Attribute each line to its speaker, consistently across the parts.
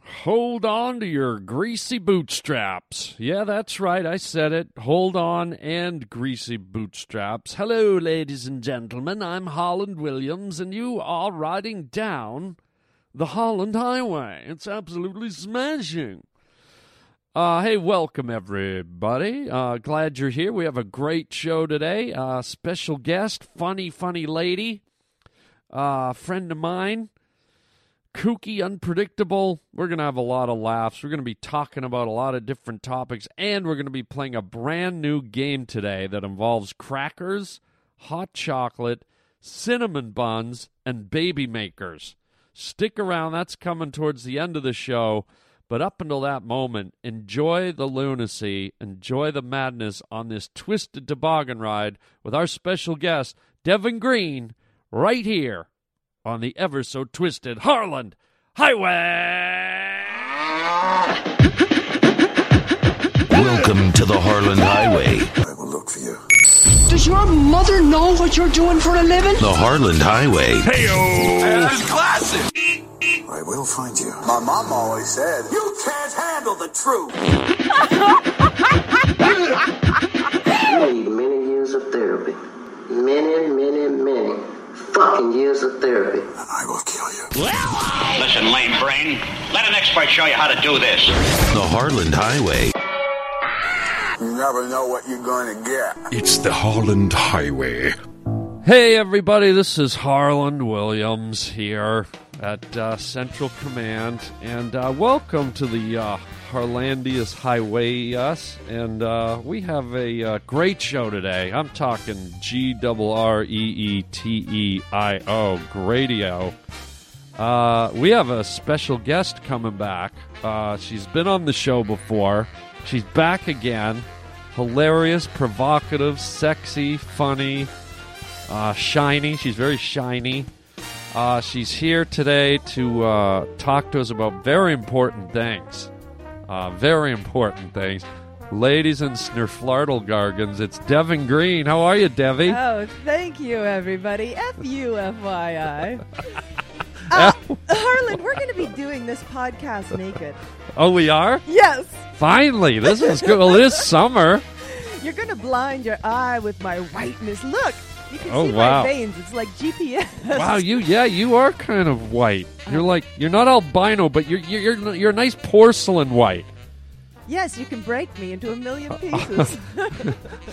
Speaker 1: hold on to your greasy bootstraps. Yeah, that's right. I said it. Hold on and greasy bootstraps. Hello, ladies and gentlemen. I'm Holland Williams, and you are riding down the Holland Highway. It's absolutely smashing. Uh, hey, welcome everybody. Uh, glad you're here. We have a great show today. Uh, special guest, funny, funny lady, uh, friend of mine, kooky, unpredictable. We're going to have a lot of laughs. We're going to be talking about a lot of different topics, and we're going to be playing a brand new game today that involves crackers, hot chocolate, cinnamon buns, and baby makers. Stick around. That's coming towards the end of the show. But up until that moment, enjoy the lunacy, enjoy the madness on this twisted toboggan ride with our special guest, Devin Green, right here on the ever so twisted Harland Highway.
Speaker 2: Welcome to the Harlan Highway.
Speaker 3: Does your mother know what you're doing for a living?
Speaker 2: The Harlan Highway
Speaker 4: I will find you. My mom always said, You can't handle the truth.
Speaker 5: I need many years of therapy. Many, many, many fucking years of therapy.
Speaker 4: I will kill you.
Speaker 6: Listen, lame brain. Let an expert show you how to do this.
Speaker 2: The Harland Highway.
Speaker 4: You never know what you're going to get.
Speaker 7: It's the Holland Highway.
Speaker 1: Hey, everybody, this is Harlan Williams here at uh, Central Command, and uh, welcome to the uh, Harlandius Highway Us. And uh, we have a uh, great show today. I'm talking G R R E E T E I O, Gradio. Uh, we have a special guest coming back. Uh, she's been on the show before. She's back again. Hilarious, provocative, sexy, funny, uh, shiny. She's very shiny. Uh, she's here today to uh, talk to us about very important things. Uh, very important things. Ladies and snurflartlegargans, it's Devin Green. How are you, Devi?
Speaker 8: Oh, thank you, everybody. F you, FYI. Uh, Harlan, we're going to be doing this podcast naked.
Speaker 1: oh, we are?
Speaker 8: Yes,
Speaker 1: Finally, this is good. Well, it is summer.
Speaker 8: you're going to blind your eye with my whiteness. Look, you can
Speaker 1: Oh,
Speaker 8: see
Speaker 1: wow.
Speaker 8: my veins. It's like GPS.
Speaker 1: Wow, you yeah, you are kind of white. You're like you're not albino, but you're you're you're, you're a nice porcelain white.
Speaker 8: Yes, you can break me into a million pieces.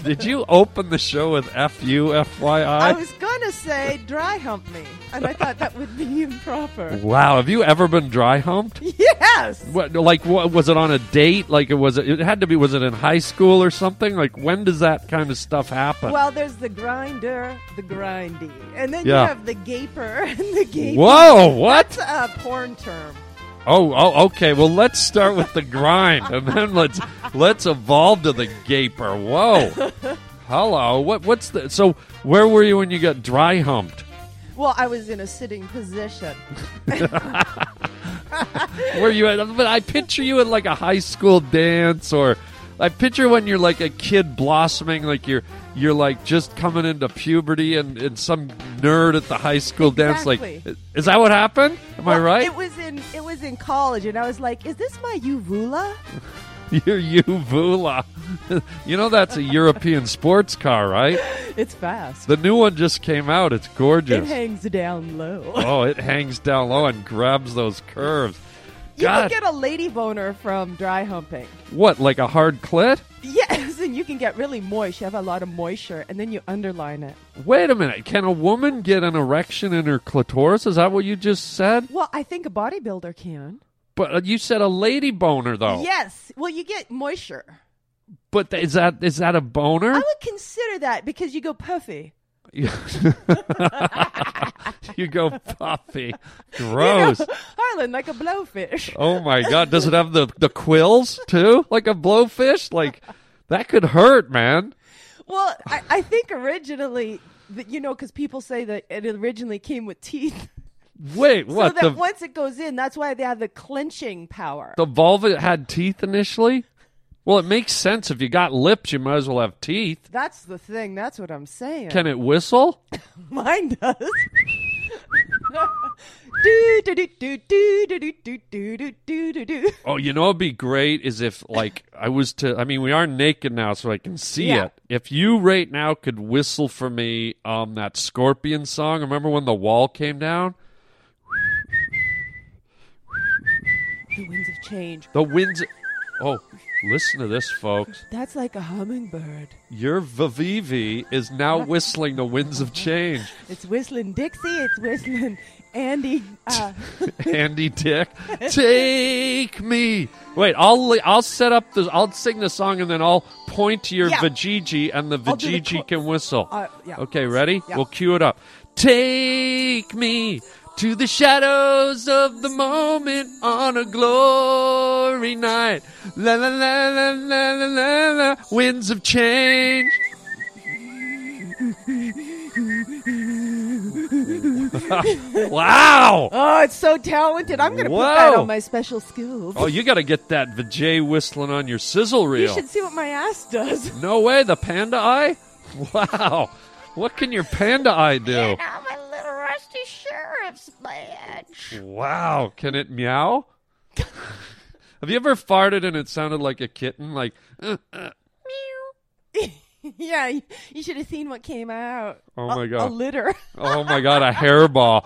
Speaker 1: Did you open the show with F U F Y
Speaker 8: I
Speaker 1: I?
Speaker 8: was going to say dry hump me, and I thought that would be improper.
Speaker 1: Wow, have you ever been dry humped?
Speaker 8: Yes.
Speaker 1: What, like, what, was it on a date? Like, it was. It had to be. Was it in high school or something? Like, when does that kind of stuff happen?
Speaker 8: Well, there's the grinder, the grindy, and then
Speaker 1: Yeah.
Speaker 8: you have the gaper and the gaper.
Speaker 1: Whoa! What?
Speaker 8: That's a porn term.
Speaker 1: Oh, oh, okay. Well, let's start with the grind, and then let's let's evolve to the gaper. Whoa! Hello. What? What's the? So, where were you when you got dry humped?
Speaker 8: Well, I was in a sitting position.
Speaker 1: Where you at? But I picture you at like a high school dance, or I picture when you're like a kid blossoming, like you're you're like just coming into puberty, and, and some nerd at the high school dance.
Speaker 8: Exactly.
Speaker 1: Like, is that what happened? Am I
Speaker 8: Well,
Speaker 1: right?
Speaker 8: It was in it was in college, and I was like, "Is this my uvula?"
Speaker 1: Your uvula. you know that's a European sports car, right?
Speaker 8: It's fast.
Speaker 1: The new one just came out. It's
Speaker 8: it
Speaker 1: gorgeous.
Speaker 8: hangs down low.
Speaker 1: oh, it hangs down low and grabs those curves.
Speaker 8: You
Speaker 1: God,
Speaker 8: can get a lady boner from dry humping.
Speaker 1: what like a hard clit?
Speaker 8: Yes, and you can get really moist. You have a lot of moisture, and then you underline it.
Speaker 1: Wait a minute. Can a woman get an erection in her clitoris? Is that what you just said?
Speaker 8: Well, I think a bodybuilder can.
Speaker 1: But uh, you said a lady boner though.
Speaker 8: Yes. Well, you get moisture.
Speaker 1: But th- is that is that a boner?
Speaker 8: I would consider that because you go puffy.
Speaker 1: you go puffy. Gross.
Speaker 8: Harlan, like a blowfish.
Speaker 1: Oh my god, does it have the the quills too? Like a blowfish? Like that could hurt, man.
Speaker 8: Well, I, I think originally, that- you know, because people say that it originally came with teeth.
Speaker 1: Wait, what
Speaker 8: so that
Speaker 1: the
Speaker 8: once it goes in, that's why they have the clenching power.
Speaker 1: the vulva had teeth initially? Well, it makes sense if you got lips, you might as well have teeth.
Speaker 8: that's the thing. That's what I'm saying.
Speaker 1: Can it whistle?
Speaker 8: Mine does. Do do do do do do do do do do do do do.
Speaker 1: Oh, you know, it'd be great is if like I was to. I mean, we are naked now, so I can see
Speaker 8: Yeah.
Speaker 1: it. If you right now could whistle for me um that Scorpion song. Remember when the wall came down?
Speaker 8: The winds of change.
Speaker 1: The winds. Oh, listen to this, folks.
Speaker 8: That's like a hummingbird.
Speaker 1: Your Vivivi is now whistling the winds of change.
Speaker 8: It's whistling Dixie. It's whistling Andy. Uh,
Speaker 1: Andy Dick, take me. Wait, I'll li- I'll set up the I'll sing the song and then I'll point to your
Speaker 8: Yeah.
Speaker 1: Vajiji and the
Speaker 8: I'll do the
Speaker 1: Vajiji
Speaker 8: cl-
Speaker 1: can whistle.
Speaker 8: Uh, yeah.
Speaker 1: Okay, ready?
Speaker 8: Yeah.
Speaker 1: We'll cue it up. Take me to the shadows of the moment on a glory night. La la la la la la la la. Winds of change. wow.
Speaker 8: oh, it's so talented. I'm going to put that
Speaker 1: Whoa.
Speaker 8: on my special skills.
Speaker 1: Oh, you got to get that Vijay whistling on your sizzle
Speaker 8: you
Speaker 1: reel.
Speaker 8: should see what my ass does.
Speaker 1: No way, the panda eye? Wow. What can your panda eye do?
Speaker 9: Now my little rusty sheriff's badge.
Speaker 1: Wow. Can it meow? Have you ever farted and it sounded like a kitten? Like, uh, uh.
Speaker 8: yeah, you, you should have seen what came out.
Speaker 1: Oh,
Speaker 8: A-
Speaker 1: my God.
Speaker 8: A litter.
Speaker 1: oh my God, a hairball.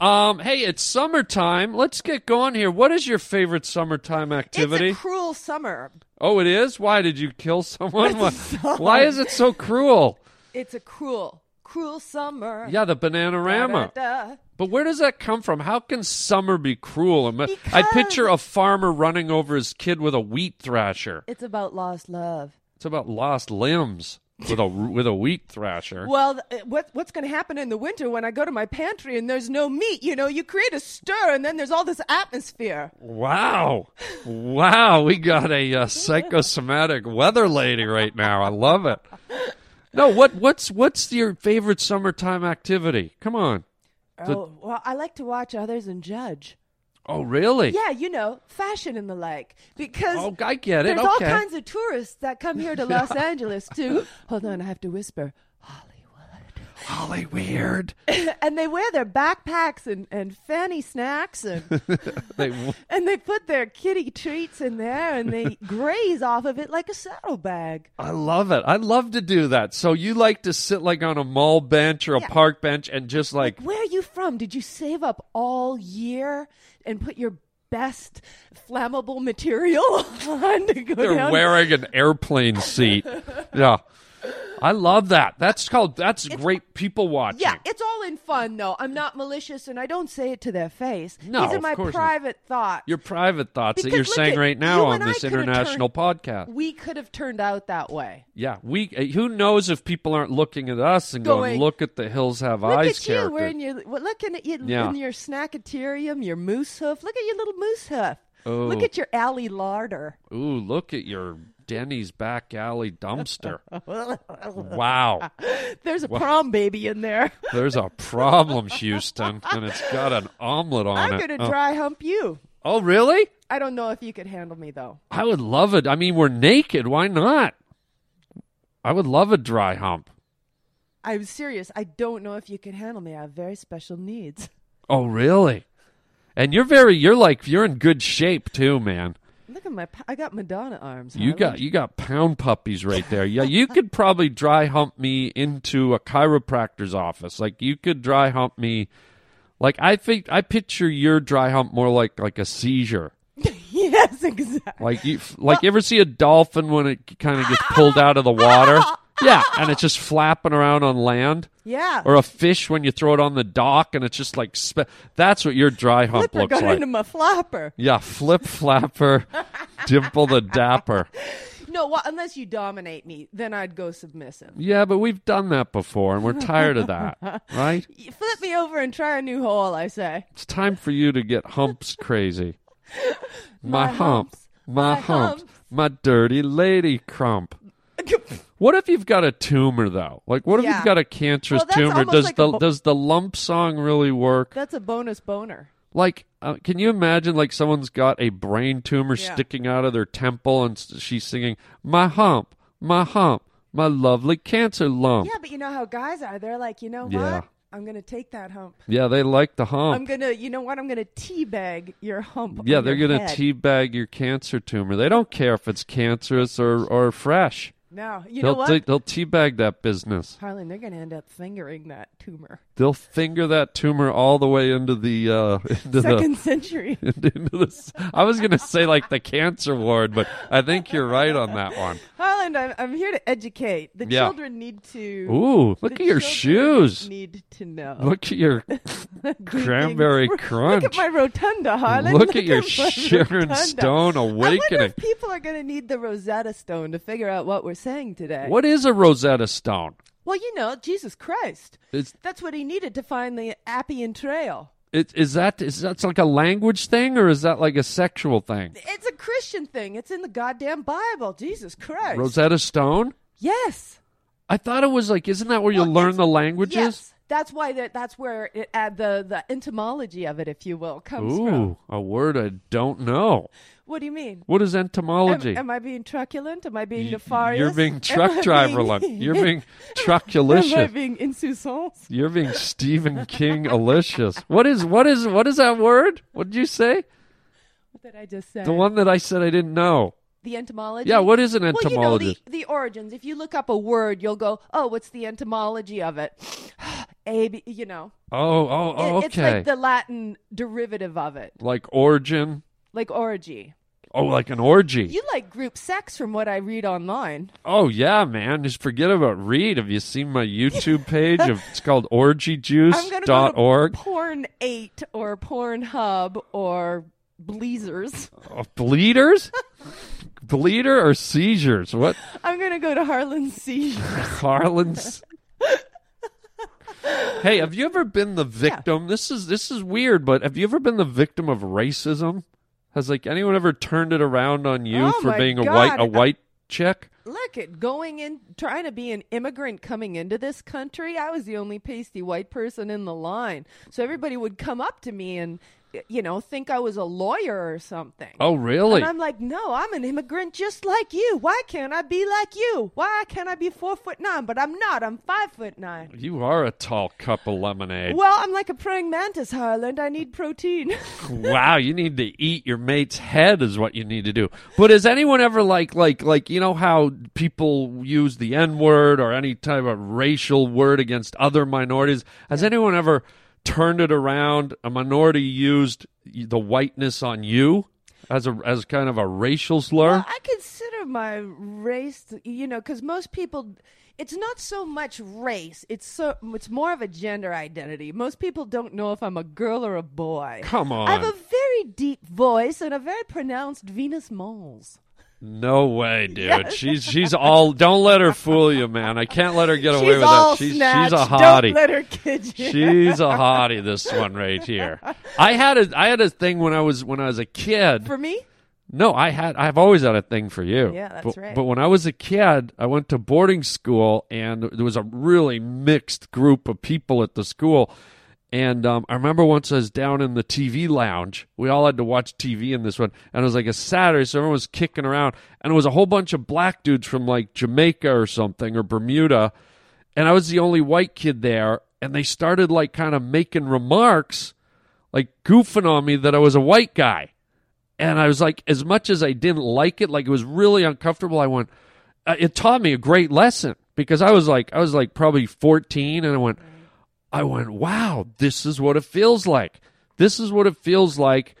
Speaker 1: um, hey, it's summertime. Let's get going here. What is your favorite summertime activity?
Speaker 8: It's a cruel summer.
Speaker 1: oh, it is? Why? Did you kill someone? Why,
Speaker 8: That's a song.
Speaker 1: why is it so cruel?
Speaker 8: It's a cruel, cruel summer.
Speaker 1: Yeah, the Bananarama.
Speaker 8: Da, da, da.
Speaker 1: But where does that come from? How can summer be cruel? Am I- I
Speaker 8: Because-
Speaker 1: picture a farmer running over his kid with a wheat thrasher.
Speaker 8: It's about lost love.
Speaker 1: It's about lost limbs with a with a wheat thrasher.
Speaker 8: Well, th- what, what's going to happen in the winter when I go to my pantry and there's no meat? You know, you create a stir and then there's all this atmosphere.
Speaker 1: Wow, wow, we got a uh, psychosomatic weather lady right now. I love it. No, what what's what's your favorite summertime activity? Come on.
Speaker 8: Oh, well, I like to watch others and judge.
Speaker 1: Oh, really?
Speaker 8: Yeah, you know, fashion and the like. Because
Speaker 1: Oh, I get it.
Speaker 8: there's all
Speaker 1: okay.
Speaker 8: kinds of tourists that come here to Los Angeles to, hold on, I have to whisper, Hollywood.
Speaker 1: Holly weird.
Speaker 8: And they wear their backpacks and, and fanny snacks and,
Speaker 1: They-
Speaker 8: and they put their kitty treats in there and they graze off of it like a saddlebag.
Speaker 1: I love it. I love to do that. So you like to sit like on a mall bench or a
Speaker 8: Yeah.
Speaker 1: park bench and just like,
Speaker 8: Where are you from? Did you save up all year and put your best flammable material on to go
Speaker 1: they're
Speaker 8: down?
Speaker 1: wearing an airplane seat. yeah. I love that. That's called that's great people watching.
Speaker 8: yeah, it's all in fun though. I'm not malicious and I don't say it to their face.
Speaker 1: No,
Speaker 8: These are
Speaker 1: of
Speaker 8: my
Speaker 1: course not.
Speaker 8: private thoughts.
Speaker 1: Your private thoughts that
Speaker 8: Because
Speaker 1: you're
Speaker 8: look
Speaker 1: saying
Speaker 8: at-
Speaker 1: right now
Speaker 8: you
Speaker 1: on
Speaker 8: and I
Speaker 1: this
Speaker 8: coulda
Speaker 1: international
Speaker 8: turned-
Speaker 1: podcast.
Speaker 8: we could have turned out that way.
Speaker 1: Yeah, we uh, who knows if people aren't looking at us and going,
Speaker 8: Going,
Speaker 1: "Look at the hills have
Speaker 8: Look
Speaker 1: eyes."
Speaker 8: at you
Speaker 1: character.
Speaker 8: wearing your well, looking at you
Speaker 1: Yeah.
Speaker 8: in your snackatarium, your moose hoof. Look at your little moose hoof. Look
Speaker 1: Oh.
Speaker 8: at your alley larder.
Speaker 1: Ooh, look at your Denny's back alley dumpster. wow.
Speaker 8: There's a prom baby in there.
Speaker 1: There's a problem, Houston, and it's got an omelet on
Speaker 8: I'm
Speaker 1: it.
Speaker 8: gonna
Speaker 1: Oh.
Speaker 8: dry hump you.
Speaker 1: Oh, really?
Speaker 8: I don't know if you could handle me though.
Speaker 1: I would love it. I mean, we're naked. Why not? I would love a dry hump.
Speaker 8: I'm serious. I don't know if you could handle me. I have very special needs.
Speaker 1: Oh, really? And you're very, you're like, you're in good shape too, man.
Speaker 8: Look at my. pa- I got Madonna arms.
Speaker 1: You
Speaker 8: Harlan.
Speaker 1: got, you got pound puppies right there. Yeah, you could probably dry hump me into a chiropractor's office. Like, you could dry hump me. Like, I think, I picture your dry hump more like, like a seizure.
Speaker 8: yes, exactly.
Speaker 1: Like you, f- like you ever see a dolphin when it kind of gets pulled out of the water? Yeah, and it's just flapping around on land,
Speaker 8: Yeah.
Speaker 1: or a fish when you throw it on the dock and it's just like spe- that's what your dry hump
Speaker 8: Flipper
Speaker 1: looks
Speaker 8: got
Speaker 1: like.
Speaker 8: into my flopper.
Speaker 1: yeah, flip flapper, dimple the dapper.
Speaker 8: No, well, unless you dominate me, then I'd go submissive.
Speaker 1: Yeah, but we've done that before and we're tired of that, right?
Speaker 8: You flip me over and try a new hole. I say.
Speaker 1: It's time for you to get humps crazy. My, hump,
Speaker 8: humps.
Speaker 1: my,
Speaker 8: My
Speaker 1: hump,
Speaker 8: humps.
Speaker 1: my dirty lady crump. What if you've got a tumor though? Like, what if
Speaker 8: Yeah.
Speaker 1: you've got a cancerous
Speaker 8: Well, that's
Speaker 1: tumor?
Speaker 8: almost
Speaker 1: Does
Speaker 8: like a
Speaker 1: the
Speaker 8: bo-
Speaker 1: does the lump song really work?
Speaker 8: That's a bonus boner.
Speaker 1: Like, uh, can you imagine like someone's got a brain tumor
Speaker 8: Yeah.
Speaker 1: sticking out of their temple and s- she's singing "My hump, my hump, my lovely cancer lump."
Speaker 8: Yeah, but you know how guys are. They're like, you know what?
Speaker 1: Yeah.
Speaker 8: I'm gonna take that hump.
Speaker 1: Yeah, they like the hump.
Speaker 8: I'm gonna, you know what? I'm gonna teabag your hump.
Speaker 1: yeah,
Speaker 8: on
Speaker 1: they're
Speaker 8: your
Speaker 1: going to
Speaker 8: head.
Speaker 1: teabag your cancer tumor. They don't care if it's cancerous or, or fresh.
Speaker 8: No, you know
Speaker 1: they'll,
Speaker 8: what?
Speaker 1: te- they'll teabag that business.
Speaker 8: Harlan, they're gonna end up fingering that tumor.
Speaker 1: They'll finger that tumor all the way into the uh, into
Speaker 8: Second century.
Speaker 1: the into the. s- I was going to say like the cancer ward, but I think you're right on that one.
Speaker 8: Harlan, I'm, I'm here to educate. The
Speaker 1: Yeah.
Speaker 8: children need to.
Speaker 1: Ooh, look
Speaker 8: the
Speaker 1: at your
Speaker 8: children
Speaker 1: shoes.
Speaker 8: Need to know.
Speaker 1: Look at your cranberry crunch.
Speaker 8: Look at my rotunda, Harlan.
Speaker 1: Look at your
Speaker 8: my
Speaker 1: Sharon
Speaker 8: rotunda.
Speaker 1: Stone
Speaker 8: I wonder
Speaker 1: awakening.
Speaker 8: if people are going to need the Rosetta Stone to figure out what we're saying today.
Speaker 1: What is a Rosetta Stone?
Speaker 8: Well, you know, Jesus Christ.
Speaker 1: It's-
Speaker 8: That's what he needed to find the Appian Trail.
Speaker 1: It, is that is that's like a language thing or is that like a sexual thing?
Speaker 8: It's a Christian thing. It's in the goddamn Bible. Jesus Christ.
Speaker 1: Rosetta Stone?
Speaker 8: yes.
Speaker 1: I thought it was like isn't that where you
Speaker 8: Well,
Speaker 1: learn
Speaker 8: it's-
Speaker 1: the languages?
Speaker 8: Yes. That's why that, that's where it, uh, the the entomology of it, if you will, comes from.
Speaker 1: Ooh, a word I don't know.
Speaker 8: What do you mean?
Speaker 1: What is
Speaker 8: Am,
Speaker 1: entomology?
Speaker 8: am I being truculent? Am I being
Speaker 1: Y-
Speaker 8: nefarious?
Speaker 1: You're being
Speaker 8: Am
Speaker 1: truck
Speaker 8: I
Speaker 1: driver,
Speaker 8: being-
Speaker 1: Lon. You're being
Speaker 8: Am I
Speaker 1: truculicious.
Speaker 8: being insouciance?
Speaker 1: You're being Stephen King alicious. What is what is what is that word? What did you say?
Speaker 8: What did I just say?
Speaker 1: The one that I said I didn't know.
Speaker 8: The entomology?
Speaker 1: Yeah, what is an
Speaker 8: Well, you know,
Speaker 1: entomologist?
Speaker 8: the, the origins. If you look up a word, you'll go, oh, what's the entomology of it? a, B, you know.
Speaker 1: Oh, oh, oh,
Speaker 8: It- It's
Speaker 1: okay.
Speaker 8: like the Latin derivative of it,
Speaker 1: like origin.
Speaker 8: like orgy.
Speaker 1: Oh, like an orgy.
Speaker 8: You like group sex from what I read online.
Speaker 1: oh yeah, man. Just forget about read. Have you seen my YouTube page? Of, it's called orgyjuice.org.
Speaker 8: go to
Speaker 1: org.
Speaker 8: Porn Eight or Pornhub or Bleezers.
Speaker 1: Oh, bleeders, bleeder or seizures? What
Speaker 8: I'm gonna go to Harlan Seizures.
Speaker 1: Harlan's? hey, have you ever been the victim? This is this is weird, but have you ever been the victim of racism? Has like anyone ever turned it around on you
Speaker 8: Oh,
Speaker 1: for
Speaker 8: my
Speaker 1: being a white
Speaker 8: God.
Speaker 1: a white chick?
Speaker 8: Look at going in, trying to be an immigrant coming into this country. I was the only pasty white person in the line, so everybody would come up to me and, you know, think I was a lawyer or something.
Speaker 1: Oh, really?
Speaker 8: And I'm like, no, I'm an immigrant just like you. Why can't I be like you? Why can't I be four foot nine? But I'm not. I'm five foot nine.
Speaker 1: You are a tall cup of lemonade.
Speaker 8: Well, I'm like a praying mantis, Harland. I need protein.
Speaker 1: wow, you need to eat your mate's head is what you need to do. But has anyone ever like like like you know how people use the N word or any type of racial word against other minorities? Has anyone ever turned it around? A minority used the whiteness on you as a as kind of a racial slur?
Speaker 8: Well, I consider my race, you know, because most people, it's not so much race. It's so it's more of a gender identity. Most people don't know if I'm a girl or a boy.
Speaker 1: Come on.
Speaker 8: I have a very deep voice and a very pronounced Venus moles.
Speaker 1: No way, dude. She's she's all don't let her fool you, man. I can't let her get away
Speaker 8: she's
Speaker 1: with
Speaker 8: all
Speaker 1: that. She's
Speaker 8: snatched.
Speaker 1: she's a hottie.
Speaker 8: Don't let her kid you.
Speaker 1: She's a hottie, this one right here. I had a I had a thing when I was when I was a kid.
Speaker 8: For me,
Speaker 1: No, I had I've always had a thing for you.
Speaker 8: Yeah, that's
Speaker 1: but,
Speaker 8: right.
Speaker 1: But when I was a kid, I went to boarding school and there was a really mixed group of people at the school. And um, I remember once I was down in the TV lounge. We all had to watch TV in this one, and it was like a Saturday, so everyone was kicking around, and it was a whole bunch of black dudes from like Jamaica or something or Bermuda, and I was the only white kid there. And they started like kind of making remarks, like goofing on me that I was a white guy. And I was like, as much as I didn't like it, like it was really uncomfortable. I went, uh, it taught me a great lesson because I was like, I was like probably 14 and I went, I went, wow, this is what it feels like. This is what it feels like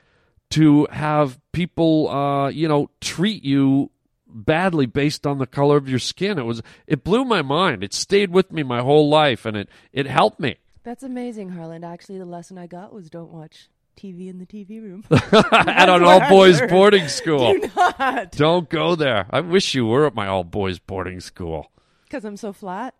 Speaker 1: to have people, uh, you know, treat you badly based on the color of your skin. It was, it blew my mind. It stayed with me my whole life and it, it helped me.
Speaker 8: that's amazing, Harlan. Actually, the lesson I got was don't watch TV in the TV room.
Speaker 1: At an
Speaker 8: what
Speaker 1: all
Speaker 8: I
Speaker 1: boys
Speaker 8: learned.
Speaker 1: boarding school.
Speaker 8: Do not,
Speaker 1: Don't go there. I wish you were at my all boys boarding school.
Speaker 8: because I'm so flat.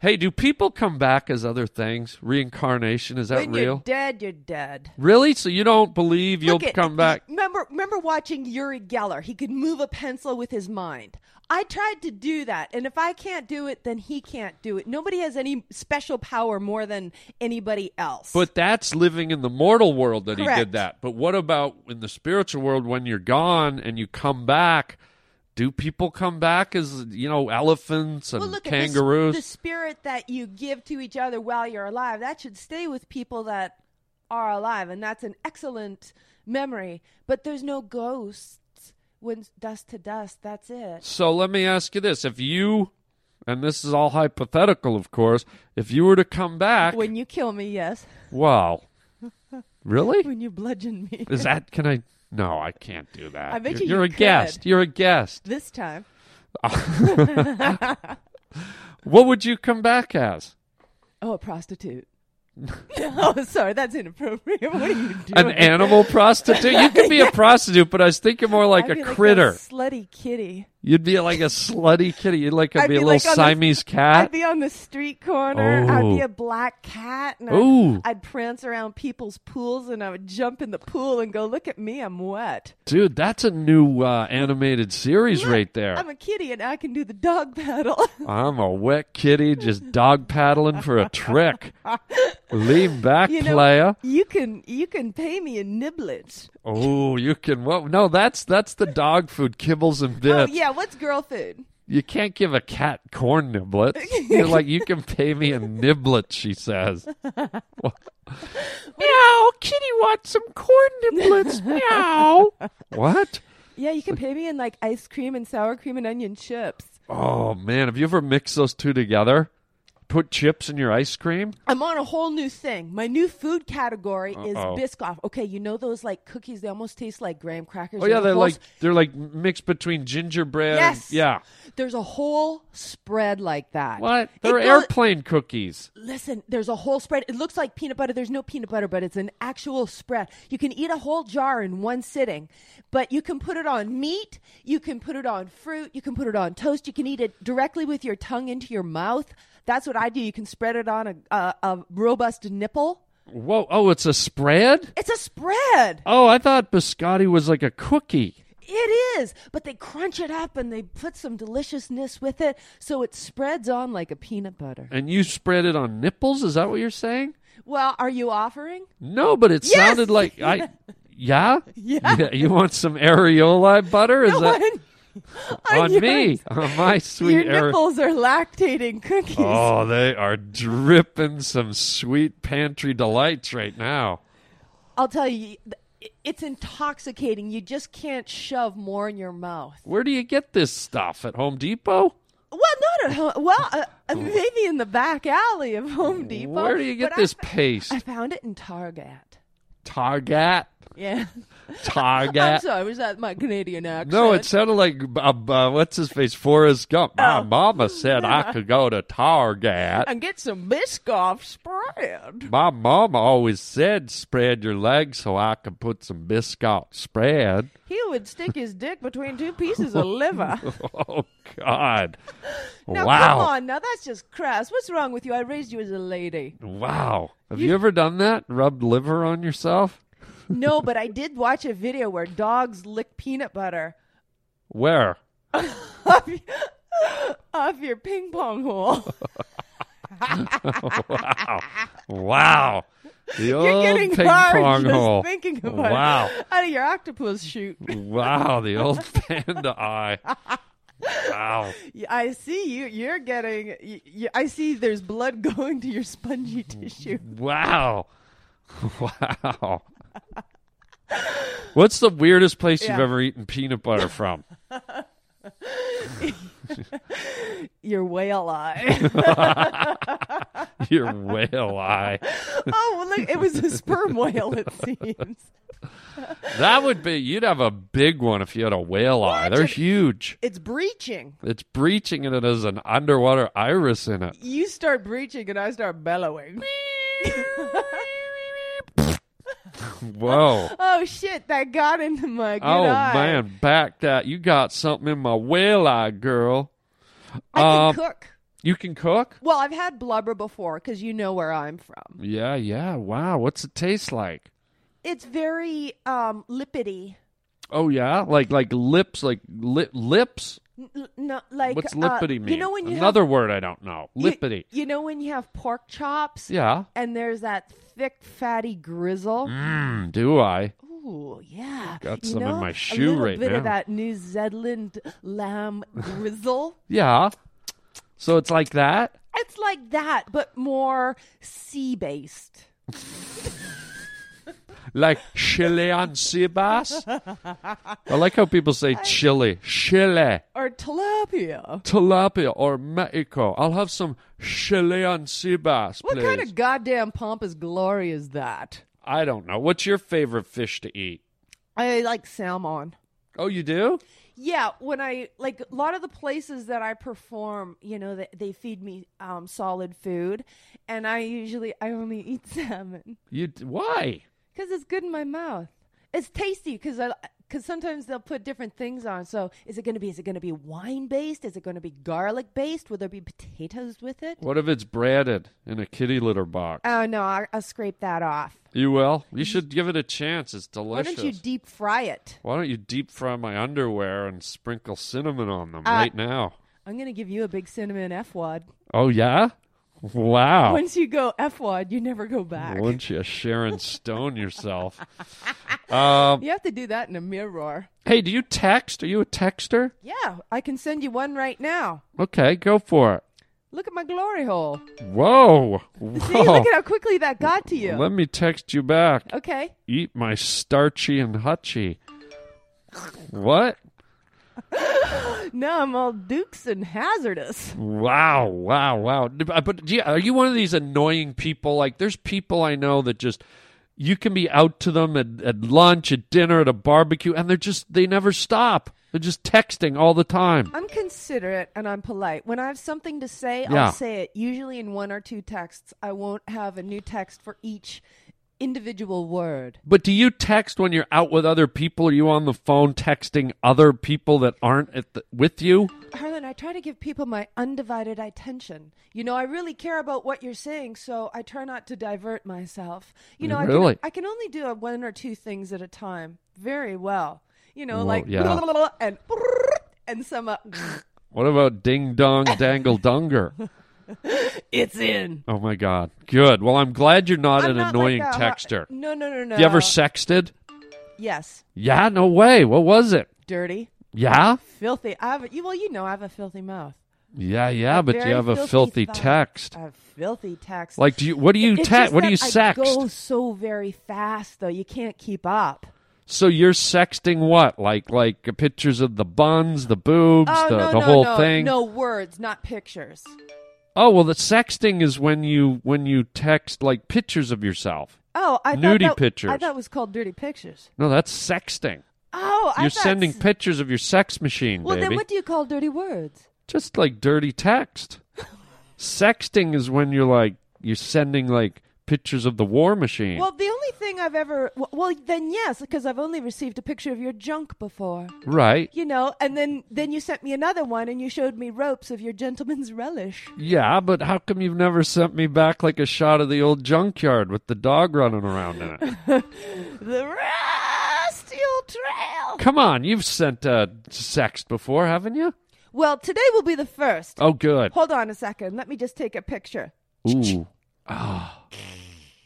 Speaker 1: Hey, do people come back as other things? Reincarnation is that
Speaker 8: when
Speaker 1: real?
Speaker 8: you're dead, you're dead.
Speaker 1: really? So you don't believe you'll
Speaker 8: Look at-
Speaker 1: come back?
Speaker 8: Remember, remember watching Yuri Geller. He could move a pencil with his mind. I tried to do that, and if I can't do it, then he can't do it. Nobody has any special power more than anybody else.
Speaker 1: But that's living in the mortal world that he did
Speaker 8: Correct.
Speaker 1: that. But what about in the spiritual world when you're gone and you come back? Do people come back as you know elephants and
Speaker 8: Well, look
Speaker 1: kangaroos?
Speaker 8: at the, s- the spirit that you give to each other while you're alive. That should stay with people that are alive, and that's an excellent memory. But there's no ghosts when s- dust to dust. That's it.
Speaker 1: So let me ask you this: If you, and this is all hypothetical, of course, if you were to come back,
Speaker 8: When you kill me, yes.
Speaker 1: wow, really?
Speaker 8: When you bludgeon me.
Speaker 1: Is that can I? No, I can't do that.
Speaker 8: I bet
Speaker 1: you're,
Speaker 8: you
Speaker 1: you're
Speaker 8: you
Speaker 1: a
Speaker 8: could.
Speaker 1: guest. You're a guest.
Speaker 8: This time,
Speaker 1: What would you come back as?
Speaker 8: oh, a prostitute. oh, sorry, that's inappropriate. What are you doing?
Speaker 1: An animal prostitute? You could be a prostitute, but I was thinking more like
Speaker 8: I'd be
Speaker 1: a critter.
Speaker 8: slutty kitty.
Speaker 1: You'd be like a slutty kitty. You'd like
Speaker 8: I'd
Speaker 1: be a
Speaker 8: be
Speaker 1: little
Speaker 8: like on the-
Speaker 1: Siamese cat.
Speaker 8: I'd be on the street corner. I'd be
Speaker 1: Oh.
Speaker 8: a black cat. And
Speaker 1: Ooh.
Speaker 8: I'd, I'd prance around people's pools and I would jump in the pool and go, look at me, I'm wet.
Speaker 1: Dude, that's a new uh, animated series
Speaker 8: Look,
Speaker 1: right there.
Speaker 8: I'm a kitty and I can do the dog paddle.
Speaker 1: I'm a wet kitty just dog paddling for a trick. Lean back,
Speaker 8: you know,
Speaker 1: player.
Speaker 8: you can you can pay me in niblets.
Speaker 1: Oh, you can. Well, no, that's that's the dog food kibbles and
Speaker 8: Oh
Speaker 1: bits.
Speaker 8: yeah, what's girl food?
Speaker 1: You can't give a cat corn niblets. You're like you can pay me a niblet. She says. meow, kitty wants some corn niblets. meow. What?
Speaker 8: Yeah, you can pay me in like ice cream and sour cream and onion chips.
Speaker 1: Oh man, have you ever mixed those two together? Put chips in your ice cream.
Speaker 8: I'm on a whole new thing. My new food category is
Speaker 1: Uh-oh.
Speaker 8: Biscoff. Okay, you know those like cookies? They almost taste like graham crackers.
Speaker 1: Oh yeah,
Speaker 8: There's a
Speaker 1: they're
Speaker 8: whole
Speaker 1: like they're like mixed between gingerbread. and-
Speaker 8: Yes.
Speaker 1: yeah.
Speaker 8: There's a whole spread like that.
Speaker 1: What?
Speaker 8: It
Speaker 1: They're
Speaker 8: goes-
Speaker 1: airplane cookies.
Speaker 8: Listen, there's a whole spread. It looks like peanut butter. There's no peanut butter, but it's an actual spread. You can eat a whole jar in one sitting, but you can put it on meat. You can put it on fruit. You can put it on toast. You can eat it directly with your tongue into your mouth. That's what I do. You can spread it on a, a, a robust nipple.
Speaker 1: Whoa! Oh, it's a spread.
Speaker 8: It's a spread.
Speaker 1: Oh, I thought biscotti was like a cookie.
Speaker 8: It is, but they crunch it up and they put some deliciousness with it, so it spreads on like a peanut butter.
Speaker 1: And you spread it on nipples? Is that what you're saying?
Speaker 8: Well, are you offering?
Speaker 1: No, but it
Speaker 8: Yes!
Speaker 1: sounded like I. Yeah?
Speaker 8: Yeah.
Speaker 1: You want some areola butter? Is that
Speaker 8: on
Speaker 1: on
Speaker 8: your-
Speaker 1: me? On my
Speaker 8: Your
Speaker 1: sweet are
Speaker 8: nipples are lactating cookies.
Speaker 1: Oh, they are dripping some sweet pantry delights right now.
Speaker 8: I'll tell you, th- it's intoxicating. You just can't shove more in your mouth.
Speaker 1: Where do you get this stuff? At Home Depot?
Speaker 8: Well, not at home. Well, uh, uh, maybe in the back alley of Home Depot.
Speaker 1: Where do you get
Speaker 8: But I
Speaker 1: this
Speaker 8: fo-
Speaker 1: paste?
Speaker 8: I found it in Target.
Speaker 1: Target.
Speaker 8: Yeah. I'm
Speaker 1: Target.
Speaker 8: sorry, was that my Canadian accent?
Speaker 1: No, it sounded like uh, uh, what's his face, Forrest Gump.
Speaker 8: Oh.
Speaker 1: My mama said I could go to Target.
Speaker 8: and get some Biscoff spread.
Speaker 1: My mama always said, "Spread your legs so I can put some biscuit spread."
Speaker 8: He would stick his dick between two pieces of liver.
Speaker 1: Oh God!
Speaker 8: Now, come
Speaker 1: wow!
Speaker 8: on, now that's just crass. What's wrong with you? I raised you as a lady.
Speaker 1: Wow! Have you ever done that? Rubbed liver on yourself?
Speaker 8: No, but I did watch a video where dogs lick peanut butter
Speaker 1: Where?
Speaker 8: off, y- off your ping pong hole.
Speaker 1: Wow! The
Speaker 8: You're
Speaker 1: old
Speaker 8: getting
Speaker 1: Oh, ping
Speaker 8: hard
Speaker 1: pong
Speaker 8: just
Speaker 1: hole.
Speaker 8: thinking about
Speaker 1: wow.
Speaker 8: it. Out of your octopus shoot.
Speaker 1: Wow! The old panda eye. Wow!
Speaker 8: Y- I see you. You're getting. y- y- I see. There's blood going to your spongy tissue.
Speaker 1: Wow! Wow! What's the weirdest place you've
Speaker 8: Yeah.
Speaker 1: ever eaten peanut butter from?
Speaker 8: Your whale eye.
Speaker 1: Your whale eye.
Speaker 8: oh, well, look, it was a sperm whale. It seems.
Speaker 1: That would be you'd have a big one if you had a whale eye. They're huge.
Speaker 8: It's breaching.
Speaker 1: It's breaching and it has an underwater iris in it.
Speaker 8: You start breaching, and I start bellowing.
Speaker 1: Whoa.
Speaker 8: Oh shit! That got into my good
Speaker 1: Oh
Speaker 8: eye.
Speaker 1: man, back that. You got something in my whale eye, girl.
Speaker 8: I can
Speaker 1: Um,
Speaker 8: cook.
Speaker 1: You can cook?
Speaker 8: Well, I've had blubber before because you know where I'm from.
Speaker 1: Yeah, yeah. Wow. What's it taste like?
Speaker 8: It's very um, lipidy.
Speaker 1: Oh yeah? Like like lips, like lip lips?
Speaker 8: N- n- no, like
Speaker 1: What's
Speaker 8: uh,
Speaker 1: lippity mean?
Speaker 8: You know when you
Speaker 1: Another
Speaker 8: have,
Speaker 1: word I don't know.
Speaker 8: you-
Speaker 1: Lippity.
Speaker 8: You, know when you have pork chops.
Speaker 1: yeah.
Speaker 8: And there's that thick fatty grizzle.
Speaker 1: Mm, do I?
Speaker 8: Ooh, yeah.
Speaker 1: Got
Speaker 8: You
Speaker 1: some in
Speaker 8: know,
Speaker 1: my
Speaker 8: A
Speaker 1: shoe
Speaker 8: little
Speaker 1: right
Speaker 8: bit
Speaker 1: now.
Speaker 8: of that New Zealand lamb grizzle.
Speaker 1: Yeah. So it's like that?
Speaker 8: It's like that, but more sea based.
Speaker 1: Like Chile on sea bass? I like how people say Chile. Chile.
Speaker 8: Or tilapia.
Speaker 1: Tilapia or Mexico. I'll have some Chile on sea bass,
Speaker 8: What
Speaker 1: please.
Speaker 8: kind of goddamn pompous glory is that?
Speaker 1: I don't know. What's your favorite fish to eat?
Speaker 8: I like salmon.
Speaker 1: Oh, you do?
Speaker 8: Yeah, when I like a lot of the places that I perform, you know, they, they feed me um, solid food, and I usually I only eat salmon
Speaker 1: You why?
Speaker 8: because it's good in my mouth. It's tasty because I because sometimes they'll put different things on. So is it going to be is it going to be wine based? Is it going to be garlic based? Will there be potatoes with it?
Speaker 1: What if it's branded in a kitty litter box?
Speaker 8: Oh no, I, I'll scrape that off.
Speaker 1: you will. You should give it a chance. It's
Speaker 8: Why
Speaker 1: delicious.
Speaker 8: don't you deep fry it?
Speaker 1: Why don't you deep fry my underwear and sprinkle cinnamon on
Speaker 8: Uh,
Speaker 1: them right now?
Speaker 8: I'm going to give you a big cinnamon f wad.
Speaker 1: Oh yeah? Wow.
Speaker 8: Once you go f wad, you never go back.
Speaker 1: Wouldn't you Sharon Stone yourself? um,
Speaker 8: You have to do that in a mirror.
Speaker 1: hey, do you text? Are you a texter?
Speaker 8: Yeah, I can send you one right now.
Speaker 1: Okay, go for it.
Speaker 8: Look at my glory hole.
Speaker 1: Whoa.
Speaker 8: See,
Speaker 1: Whoa.
Speaker 8: look at how quickly that got to you. Oh.
Speaker 1: Let me text you back.
Speaker 8: okay.
Speaker 1: eat my starchy and hutchy. What?
Speaker 8: Now I'm all dukes and hazardous.
Speaker 1: Wow, wow, wow. uh, But do you, are you one of these annoying people? Like, there's people I know that just, you can be out to them at, at lunch, at dinner, at a barbecue, and they're just, they never stop. They're just texting all the time.
Speaker 8: I'm considerate and I'm polite. When I have something to say,
Speaker 1: Yeah.
Speaker 8: I'll say it, usually in one or two texts. I won't have a new text for each individual word.
Speaker 1: But do you text when you're out with other people? Are you on the phone texting other people that aren't at the, with you?
Speaker 8: Harlan, I try to give people my undivided attention. You know, I really care about what you're saying, so I try not to divert myself. You know, I,
Speaker 1: Really?
Speaker 8: can, I can only do a one or two things at a time very well. You know,
Speaker 1: Well,
Speaker 8: like
Speaker 1: yeah.
Speaker 8: and and some uh,
Speaker 1: What about ding dong dangle dunger?
Speaker 8: it's in.
Speaker 1: Oh my god. Good. Well, I'm glad you're not
Speaker 8: I'm
Speaker 1: an
Speaker 8: not like
Speaker 1: annoying
Speaker 8: that, Har-
Speaker 1: texter.
Speaker 8: No, no, no, no.
Speaker 1: You ever sexted?
Speaker 8: Yes,
Speaker 1: Yeah, no way. What was it?
Speaker 8: dirty,
Speaker 1: Yeah?
Speaker 8: filthy. I have. You well, you know, I have a filthy mouth.
Speaker 1: Yeah, yeah, but you
Speaker 8: Very
Speaker 1: have a filthy
Speaker 8: thought.
Speaker 1: text.
Speaker 8: I have filthy text.
Speaker 1: Like do you what do you
Speaker 8: It's
Speaker 1: text?
Speaker 8: just
Speaker 1: What do you
Speaker 8: that I go
Speaker 1: sext?
Speaker 8: so very fast, though. You can't keep up.
Speaker 1: So you're sexting what? Like like uh, pictures of the buns, the boobs,
Speaker 8: Oh
Speaker 1: the,
Speaker 8: no,
Speaker 1: the
Speaker 8: no,
Speaker 1: whole
Speaker 8: no,
Speaker 1: thing?
Speaker 8: No words, not pictures.
Speaker 1: Oh, well, the sexting is when you when you text like pictures of yourself.
Speaker 8: Oh, I
Speaker 1: Nudie
Speaker 8: thought that,
Speaker 1: pictures.
Speaker 8: I thought it was called dirty pictures.
Speaker 1: No, that's sexting.
Speaker 8: Oh, I
Speaker 1: You're
Speaker 8: thought
Speaker 1: sending
Speaker 8: s-
Speaker 1: pictures of your sex machine,
Speaker 8: Well,
Speaker 1: baby.
Speaker 8: then what do you call dirty words?
Speaker 1: just like dirty text. Sexting is when you're like you're sending like pictures of the war machine.
Speaker 8: Well, the only thing I've ever w- well, then yes, because I've only received a picture of your junk before.
Speaker 1: right.
Speaker 8: You know, and then then you sent me another one, and you showed me ropes of your gentleman's relish.
Speaker 1: Yeah, but how come you've never sent me back like a shot of the old junkyard with the dog running around in it?
Speaker 8: The rusty old trail.
Speaker 1: Come on, you've sent uh sext before, haven't you?
Speaker 8: Well, today will be the first.
Speaker 1: Oh good.
Speaker 8: Hold on a second. Let me just take a picture.
Speaker 1: Ooh. Ah.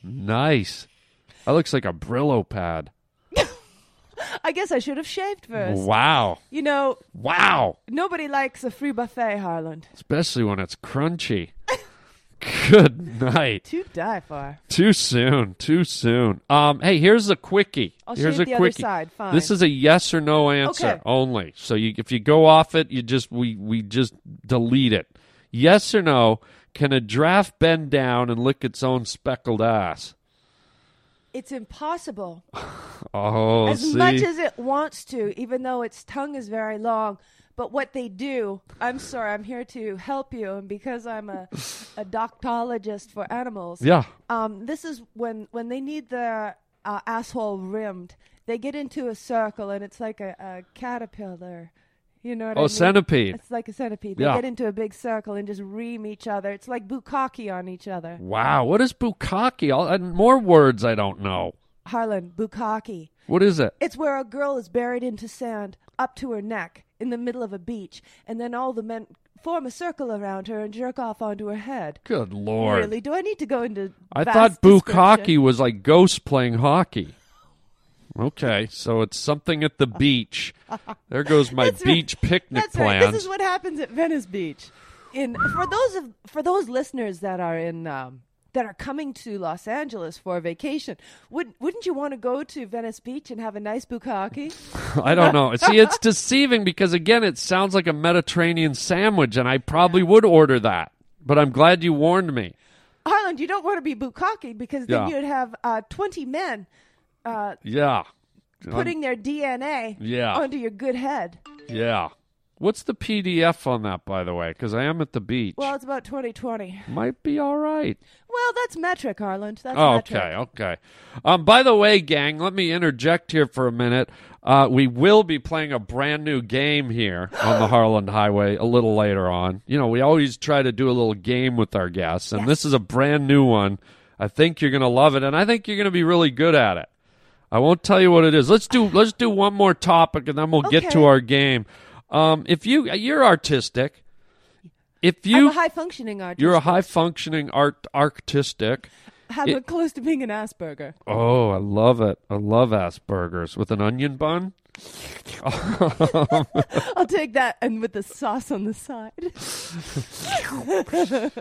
Speaker 1: Nice. That looks like a Brillo pad.
Speaker 8: I guess I should have shaved first.
Speaker 1: Wow.
Speaker 8: You know,
Speaker 1: Wow.
Speaker 8: Nobody likes a free buffet, Harland.
Speaker 1: Especially when it's crunchy. Good night.
Speaker 8: To die for.
Speaker 1: Too soon. Too soon. Um, hey, here's a quickie.
Speaker 8: I'll
Speaker 1: here's
Speaker 8: shave
Speaker 1: a
Speaker 8: the other
Speaker 1: quickie.
Speaker 8: side, fine.
Speaker 1: This is a yes or no answer
Speaker 8: Okay.
Speaker 1: only. So you, if you go off it, you just we we just delete it. Yes or no? Can a giraffe bend down and lick its own speckled ass?
Speaker 8: It's impossible.
Speaker 1: Oh,
Speaker 8: as
Speaker 1: see,
Speaker 8: much as it wants to, even though its tongue is very long. But what they do, I'm sorry, I'm here to help you. And because I'm a, a doctologist for animals,
Speaker 1: yeah.
Speaker 8: um, this is when, when they need their uh, asshole rimmed, they get into a circle and it's like a, a caterpillar. You know what I
Speaker 1: Oh,
Speaker 8: mean?
Speaker 1: centipede.
Speaker 8: It's like a centipede. They
Speaker 1: Yeah.
Speaker 8: get into a big circle and just ream each other. It's like bukkake on each other.
Speaker 1: Wow, what is bukkake? All, and more words I don't know.
Speaker 8: Harlan, bukkake.
Speaker 1: What is it?
Speaker 8: It's where a girl is buried into sand up to her neck in the middle of a beach, and then all the men form a circle around her and jerk off onto her head.
Speaker 1: Good lord!
Speaker 8: Really? Do I need to go into?
Speaker 1: I
Speaker 8: vast
Speaker 1: thought bukkake
Speaker 8: description?
Speaker 1: was like ghosts playing hockey. Okay, so it's something at the beach. There goes my
Speaker 8: That's right.
Speaker 1: beach picnic
Speaker 8: That's
Speaker 1: plans.
Speaker 8: Right. This is what happens at Venice Beach. In for those of for those listeners that are in um, that are coming to Los Angeles for a vacation, would wouldn't you want to go to Venice Beach and have a nice bukkake?
Speaker 1: I don't know. See, it's deceiving because again, it sounds like a Mediterranean sandwich, and I probably would order that. But I'm glad you warned me.
Speaker 8: Highland, you don't want to be bukkake because then
Speaker 1: Yeah.
Speaker 8: you'd have uh, twenty men uh,
Speaker 1: Yeah,
Speaker 8: putting their DNA
Speaker 1: Um, Yeah.
Speaker 8: onto your good head.
Speaker 1: yeah. What's the PDF on that, by the way? Because I am at the beach.
Speaker 8: Well, it's about twenty twenty.
Speaker 1: Might be all right.
Speaker 8: Well, that's metric, Harland. That's
Speaker 1: Oh,
Speaker 8: metric.
Speaker 1: okay, okay. Um, by the way, gang, let me interject here for a minute. Uh, we will be playing a brand new game here on the Harland Highway a little later on. You know, we always try to do a little game with our guests, and this is a brand new one. I think you're going to love it, and I think you're going to be really good at it. I won't tell you what it is. Let's do let's do one more topic, and then we'll get to
Speaker 8: Okay.
Speaker 1: our game. Um, if you you're artistic, if
Speaker 8: I'm
Speaker 1: you
Speaker 8: a high functioning artist.
Speaker 1: you're a high functioning art artistic.
Speaker 8: I'm a close to being an Asperger.
Speaker 1: Oh, I love it. I love Asperger's with an onion bun.
Speaker 8: I'll take that and with the sauce on the side.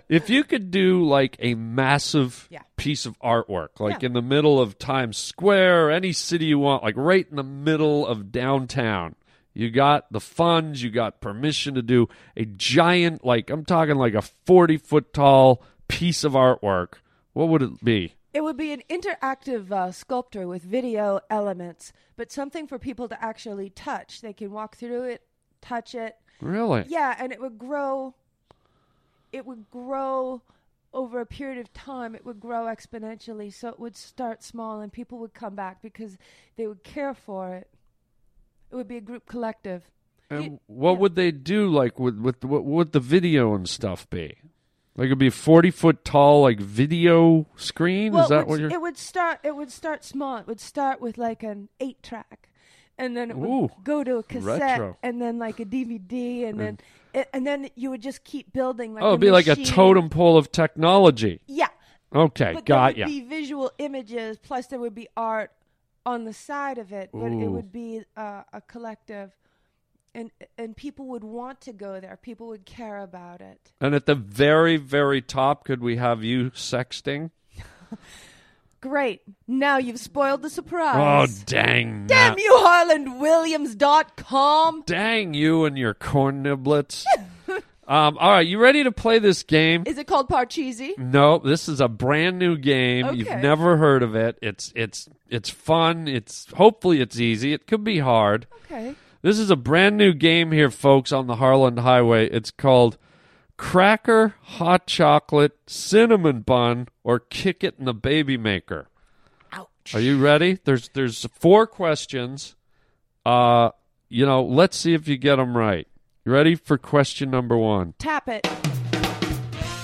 Speaker 1: If you could do like a massive
Speaker 8: Yeah.
Speaker 1: piece of artwork, like
Speaker 8: Yeah.
Speaker 1: in the middle of Times Square, any city you want, like right in the middle of downtown, you got the funds, you got permission to do a giant, like I'm talking like a 40 foot tall piece of artwork, what would it be?
Speaker 8: It would be an interactive uh, sculpture with video elements, but something for people to actually touch. They can walk through it, touch it.
Speaker 1: Really?
Speaker 8: Yeah, and it would grow. It would grow over a period of time. It would grow exponentially. So it would start small, and people would come back because they would care for it. It would be a group collective.
Speaker 1: And what would they do? Like with with what would the video and stuff be? Like it'd be a forty foot tall like video screen.
Speaker 8: Well,
Speaker 1: Is that
Speaker 8: it
Speaker 1: what
Speaker 8: would,
Speaker 1: you're?
Speaker 8: It would start. It would start small. It would start with like an eight track, and then it would
Speaker 1: Ooh,
Speaker 8: go to a cassette,
Speaker 1: retro. Mm.
Speaker 8: and then like a DVD, and then it, and then you would just keep building. Like
Speaker 1: oh,
Speaker 8: a
Speaker 1: it'd be like a
Speaker 8: machine.
Speaker 1: totem pole of technology.
Speaker 8: Yeah,
Speaker 1: Okay,
Speaker 8: but
Speaker 1: got
Speaker 8: there
Speaker 1: ya.
Speaker 8: would be visual images. Plus, there would be art on the side of it, but it
Speaker 1: Ooh.
Speaker 8: would be uh, a collective. And, and people would want to go there. People would care about it.
Speaker 1: and at the very very top, could we have you sexting?
Speaker 8: Great. Now you've spoiled the
Speaker 1: Oh
Speaker 8: surprise.
Speaker 1: dang!
Speaker 8: Uh, Damn
Speaker 1: that.
Speaker 8: you, HarlandWilliams.com.
Speaker 1: Dang you and your corn niblets. um, all right, you ready to play this game?
Speaker 8: Is it called Parcheesi?
Speaker 1: No, this is a brand new game. You've
Speaker 8: Okay.
Speaker 1: never heard of it. It's it's it's fun. It's hopefully it's easy. It could be hard.
Speaker 8: Okay.
Speaker 1: This is a brand new game here, folks, on the Harland Highway. It's called Cracker Hot Chocolate Cinnamon Bun or Kick It in the Baby Maker. Ouch. Are you ready? There's there's four questions. Uh, you know, let's see if you get them right. You ready for question number 1?
Speaker 8: Tap it.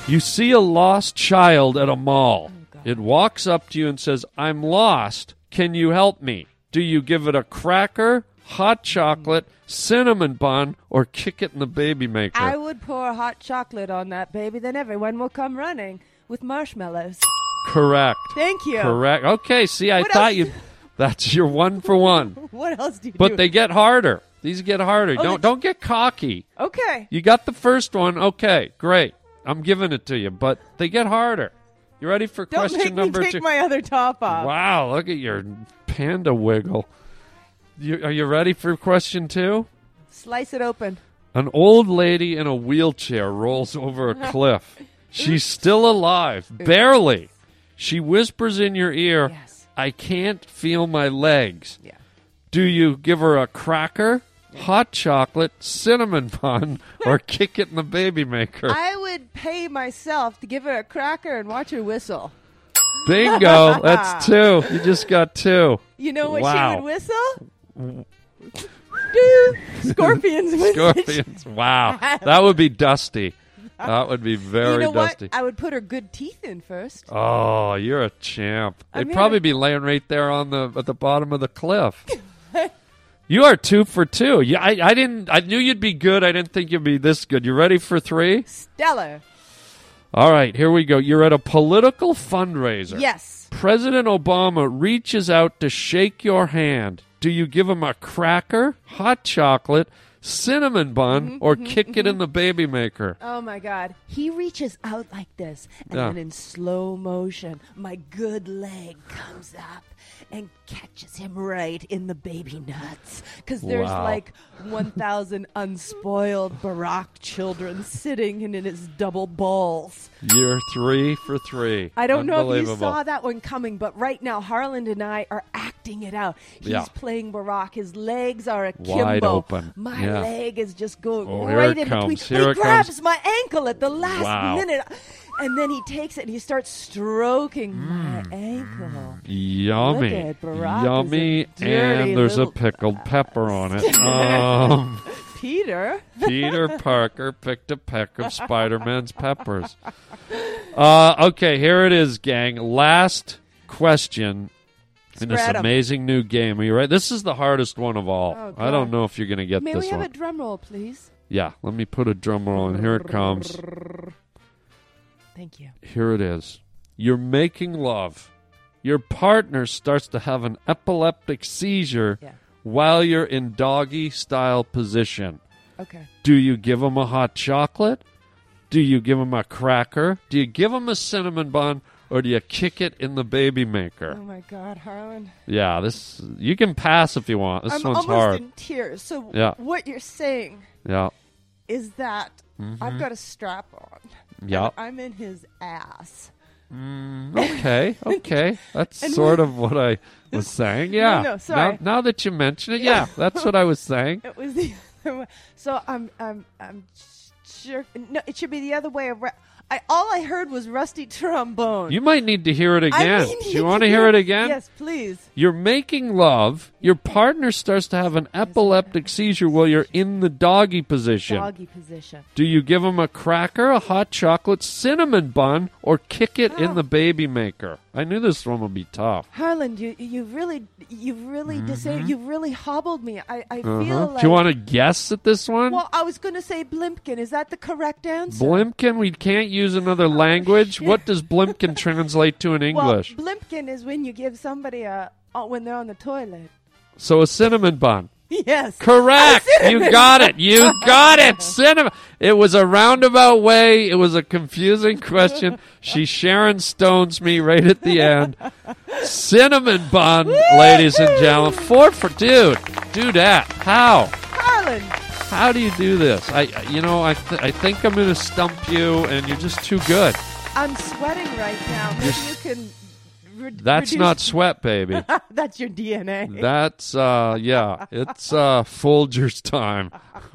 Speaker 1: You see a lost child at a mall.
Speaker 8: Oh,
Speaker 1: it walks up to you and says, I'm lost. Can you help me? Do you give it a cracker, hot chocolate, cinnamon bun, or kick it in the baby maker?
Speaker 8: I would pour hot chocolate on that baby, then everyone will come running with marshmallows.
Speaker 1: Correct.
Speaker 8: Thank you.
Speaker 1: Correct. Okay, see, I
Speaker 8: What
Speaker 1: thought
Speaker 8: else
Speaker 1: you.
Speaker 8: do-
Speaker 1: That's your one for one.
Speaker 8: What else do you do?
Speaker 1: But they get harder. These get harder. don't
Speaker 8: the-
Speaker 1: don't get cocky.
Speaker 8: Okay.
Speaker 1: You got the first one. Okay, great. I'm giving it to you, but they get harder. You ready for
Speaker 8: Don't
Speaker 1: question
Speaker 8: make me
Speaker 1: number
Speaker 8: take
Speaker 1: two?
Speaker 8: my other top off.
Speaker 1: Wow, look at your panda wiggle. You, are you ready for question two?
Speaker 8: Slice it open.
Speaker 1: An old lady in a wheelchair rolls over a cliff. She's still alive, barely. She whispers in your ear,
Speaker 8: Yes.
Speaker 1: I can't feel my legs.
Speaker 8: Yeah.
Speaker 1: Do you give her a cracker, hot chocolate, cinnamon bun, or kick it in the baby maker?
Speaker 8: I would pay myself to give her a cracker and watch her whistle.
Speaker 1: Bingo! That's two. You just got two.
Speaker 8: You know what
Speaker 1: Wow.
Speaker 8: she would whistle? Do scorpions whistle.
Speaker 1: Scorpions. Wow. That would be dusty. That would be very
Speaker 8: You know
Speaker 1: dusty.
Speaker 8: what? I would put her good teeth in first.
Speaker 1: Oh, you're a champ.
Speaker 8: I
Speaker 1: They'd
Speaker 8: mean,
Speaker 1: probably
Speaker 8: I-
Speaker 1: be laying right there on the at the bottom of the cliff. you are two for two. Yeah, I, I didn't I knew you'd be good. I didn't think you'd be this good. You ready for three?
Speaker 8: Stellar.
Speaker 1: All right, here we go. You're at a political fundraiser.
Speaker 8: Yes.
Speaker 1: President Obama reaches out to shake your hand. Do you give him a cracker, hot chocolate, cinnamon bun,
Speaker 8: Mm-hmm,
Speaker 1: or kick it in the baby maker?
Speaker 8: Oh my God. He reaches out like this, and
Speaker 1: Yeah.
Speaker 8: then in slow motion, my good leg comes up and catches him right in the baby nuts. Because there's
Speaker 1: Wow.
Speaker 8: like 1,000 unspoiled Barack children sitting in his double balls.
Speaker 1: You're three for three.
Speaker 8: I don't know if you
Speaker 1: Unbelievable.
Speaker 8: saw that one coming, but right now, Harland and I are acting it out. He's
Speaker 1: Yeah.
Speaker 8: playing Barack. His legs are akimbo.
Speaker 1: Wide open.
Speaker 8: My
Speaker 1: Yeah.
Speaker 8: leg is just going
Speaker 1: Oh, here
Speaker 8: right
Speaker 1: it
Speaker 8: in between.
Speaker 1: comes.
Speaker 8: But
Speaker 1: Here
Speaker 8: he
Speaker 1: it
Speaker 8: grabs
Speaker 1: comes.
Speaker 8: my ankle at the last
Speaker 1: Wow.
Speaker 8: minute. And then he takes it and he starts stroking my
Speaker 1: Mm.
Speaker 8: ankle.
Speaker 1: Yummy,
Speaker 8: Look at Barack is a
Speaker 1: yummy,
Speaker 8: dirty
Speaker 1: and there's a
Speaker 8: little-
Speaker 1: pickled pepper on it. Um,
Speaker 8: Peter.
Speaker 1: Peter Parker picked a peck of Spider-Man's peppers. Uh, okay, here it is, gang. Last question in this
Speaker 8: Spread 'em.
Speaker 1: amazing new game. Are you right? This is the hardest one of all.
Speaker 8: Oh,
Speaker 1: I don't
Speaker 8: God.
Speaker 1: know if you're going to get
Speaker 8: May
Speaker 1: this
Speaker 8: we have
Speaker 1: one.
Speaker 8: a drum roll, please?
Speaker 1: yeah, let me put a drum roll in. Here it comes.
Speaker 8: Thank you.
Speaker 1: Here it is. You're making love. Your partner starts to have an epileptic seizure
Speaker 8: Yeah.
Speaker 1: while you're in doggy style position.
Speaker 8: Okay.
Speaker 1: Do you give him a hot chocolate? Do you give him a cracker? Do you give him a cinnamon bun? Or do you kick it in the baby
Speaker 8: Oh
Speaker 1: maker?
Speaker 8: my God, Harlan.
Speaker 1: Yeah, this you can pass if you want. This
Speaker 8: I'm
Speaker 1: one's
Speaker 8: almost
Speaker 1: hard.
Speaker 8: in tears. So
Speaker 1: Yeah.
Speaker 8: what you're saying
Speaker 1: yeah,
Speaker 8: is that
Speaker 1: Mm-hmm.
Speaker 8: I've got a strap on.
Speaker 1: yeah. Mm,
Speaker 8: I'm in his ass.
Speaker 1: Okay, okay. That's sort of what I was saying. Yeah.
Speaker 8: no, sorry.
Speaker 1: Now, now that you mention it, yeah, that's what I was saying.
Speaker 8: It was the other way. So I'm I'm I'm sure. No, it should be the other way around. I all I heard was rusty trombone.
Speaker 1: You might need to hear it
Speaker 8: I
Speaker 1: again.
Speaker 8: mean-
Speaker 1: Do you want to hear it again?
Speaker 8: Yes, please.
Speaker 1: You're making love. Your partner starts to have an epileptic seizure while you're in the doggy position.
Speaker 8: Doggy position.
Speaker 1: Do you give him a cracker, a hot chocolate, cinnamon bun, or kick it
Speaker 8: Oh.
Speaker 1: in the baby maker? I knew this one would be tough.
Speaker 8: Harlan, you you really you really disa- you really hobbled me. I I feel
Speaker 1: Mm-hmm. Uh-huh.
Speaker 8: like.
Speaker 1: Do you want to guess at this one?
Speaker 8: well, I was going to say Blimpkin. Is that the correct answer?
Speaker 1: Blimpkin, we can't use another language. What does Blimpkin translate to in English?
Speaker 8: Oh, Well, Blimpkin is when you give somebody a oh, when they're on the toilet.
Speaker 1: so a cinnamon bun.
Speaker 8: Yes.
Speaker 1: Correct. You got it. You got it. Cinnamon. It was a roundabout way. It was a confusing question. She Sharon Stones me right at the end. Cinnamon bun, ladies and gentlemen. Four for dude. Do that. How?
Speaker 8: Harlan.
Speaker 1: How do you do this? I, you know, I, th- I think I'm gonna stump you, and you're just too good.
Speaker 8: I'm sweating right now. Maybe you can. Re-
Speaker 1: That's
Speaker 8: reduce-
Speaker 1: not sweat, baby.
Speaker 8: That's your DNA.
Speaker 1: That's uh, yeah. It's uh, Folger's time.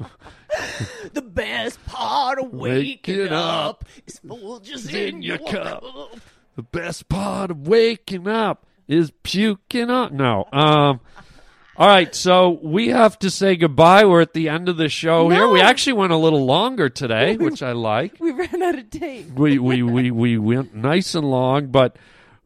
Speaker 8: the best part of
Speaker 1: Waking waking up up
Speaker 8: is Folgers
Speaker 1: in your cup. The best part of waking up is puking up. No. Um all right, so we have to say goodbye. We're at the end of the show here. We
Speaker 8: No.
Speaker 1: actually went a little longer today, which I like.
Speaker 8: We ran out of tape.
Speaker 1: We we we, we went nice and long, but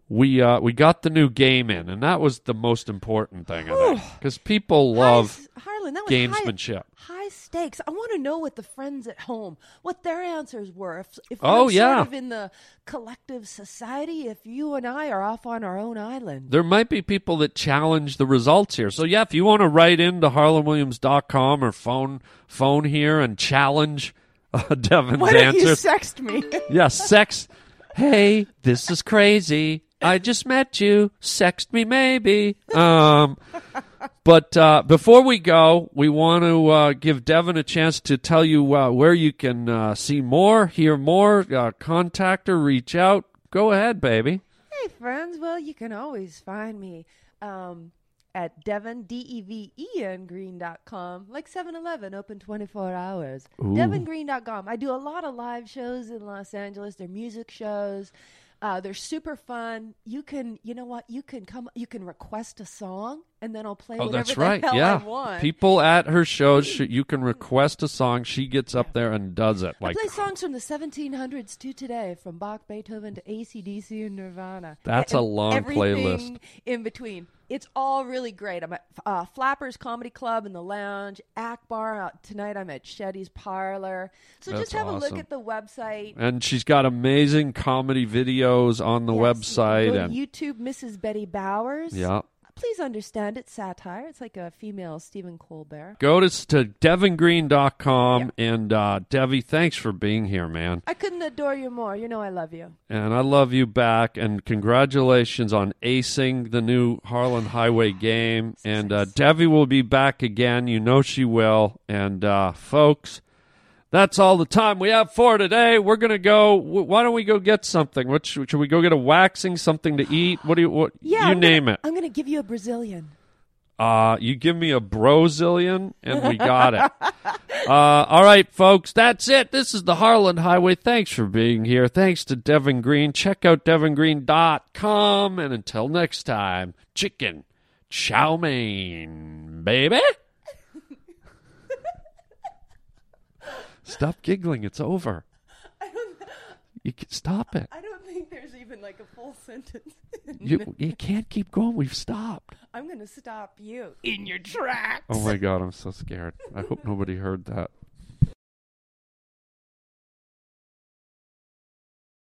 Speaker 1: we uh, we got the new game in, and that was the most important thing, I think, because people love
Speaker 8: High- Harlan, that was
Speaker 1: gamesmanship.
Speaker 8: High, high stakes. I want to know what the friends at home, what their answers were. If, if
Speaker 1: Oh,
Speaker 8: we're
Speaker 1: yeah.
Speaker 8: sort of in the collective society, if you and I are off on our own island.
Speaker 1: there might be people that challenge the results here. So yeah, if you want to write into harlanwilliams.com or phone phone here and challenge uh, Devin's
Speaker 8: Why don't you
Speaker 1: answer.
Speaker 8: sext me?
Speaker 1: yeah, sex. Hey, this is crazy. I just met you. Sext me maybe. Um But uh, before we go, we want to uh, give Devin a chance to tell you uh, where you can uh, see more, hear more, uh, contact or reach out. Go ahead, baby.
Speaker 8: Hey, friends. Well, you can always find me um, at Devon, D E V E N green.com, like 7 Eleven, open 24 hours. DevonGreen.com. I do a lot of live shows in Los Angeles, they're music shows. Uh, they're super fun. You can, you know what? You can come. You can request a song, and then I'll play
Speaker 1: Oh,
Speaker 8: whatever
Speaker 1: that's
Speaker 8: the
Speaker 1: right.
Speaker 8: hell
Speaker 1: yeah.
Speaker 8: I want.
Speaker 1: People at her shows, sh you can request a song. She gets up there and does it.
Speaker 8: I
Speaker 1: Like
Speaker 8: play songs from the 1700s to today, from Bach, Beethoven to ACDC and Nirvana.
Speaker 1: That's a
Speaker 8: And
Speaker 1: long
Speaker 8: everything
Speaker 1: playlist.
Speaker 8: In between, It's all really great. I'm at uh, Flappers Comedy Club in the lounge, Act Bar. Uh, tonight I'm at Shetty's Parlor. So
Speaker 1: That's
Speaker 8: just have a
Speaker 1: awesome.
Speaker 8: look at the website.
Speaker 1: And she's got amazing comedy videos on the
Speaker 8: Yes,
Speaker 1: website.
Speaker 8: Go to
Speaker 1: and
Speaker 8: YouTube, Mrs. Betty Bowers.
Speaker 1: Yeah.
Speaker 8: Please understand it's satire. It's like a female Stephen Colbert.
Speaker 1: Go to, to devingreen.com. And uh, Devi, thanks for being here, man.
Speaker 8: I couldn't adore you more. You know I love you.
Speaker 1: And I love you back. And congratulations on acing the new Harlan Highway game. And uh, Devi will be back again. You know she will. And uh, folks, that's all the time we have for today. We're gonna go. W- why don't we go get something? What should, should we go get a waxing? Something to eat? What do you? What
Speaker 8: Yeah,
Speaker 1: you
Speaker 8: I'm gonna-
Speaker 1: name it.
Speaker 8: I'm going to give you a Brazilian.
Speaker 1: Uh, you give me a brozillion, and we got it. uh, all right, folks, that's it. This is the Harlan Highway. Thanks for being here. Thanks to Devin Green. Check out devingreen.com. And until next time, chicken chow mein, baby. stop giggling. It's over. You can, stop it.
Speaker 8: I don't think there's even like a full sentence.
Speaker 1: You, you can't keep going. We've stopped.
Speaker 8: I'm going to stop you.
Speaker 1: Oh my god, I'm so scared. I hope nobody heard that.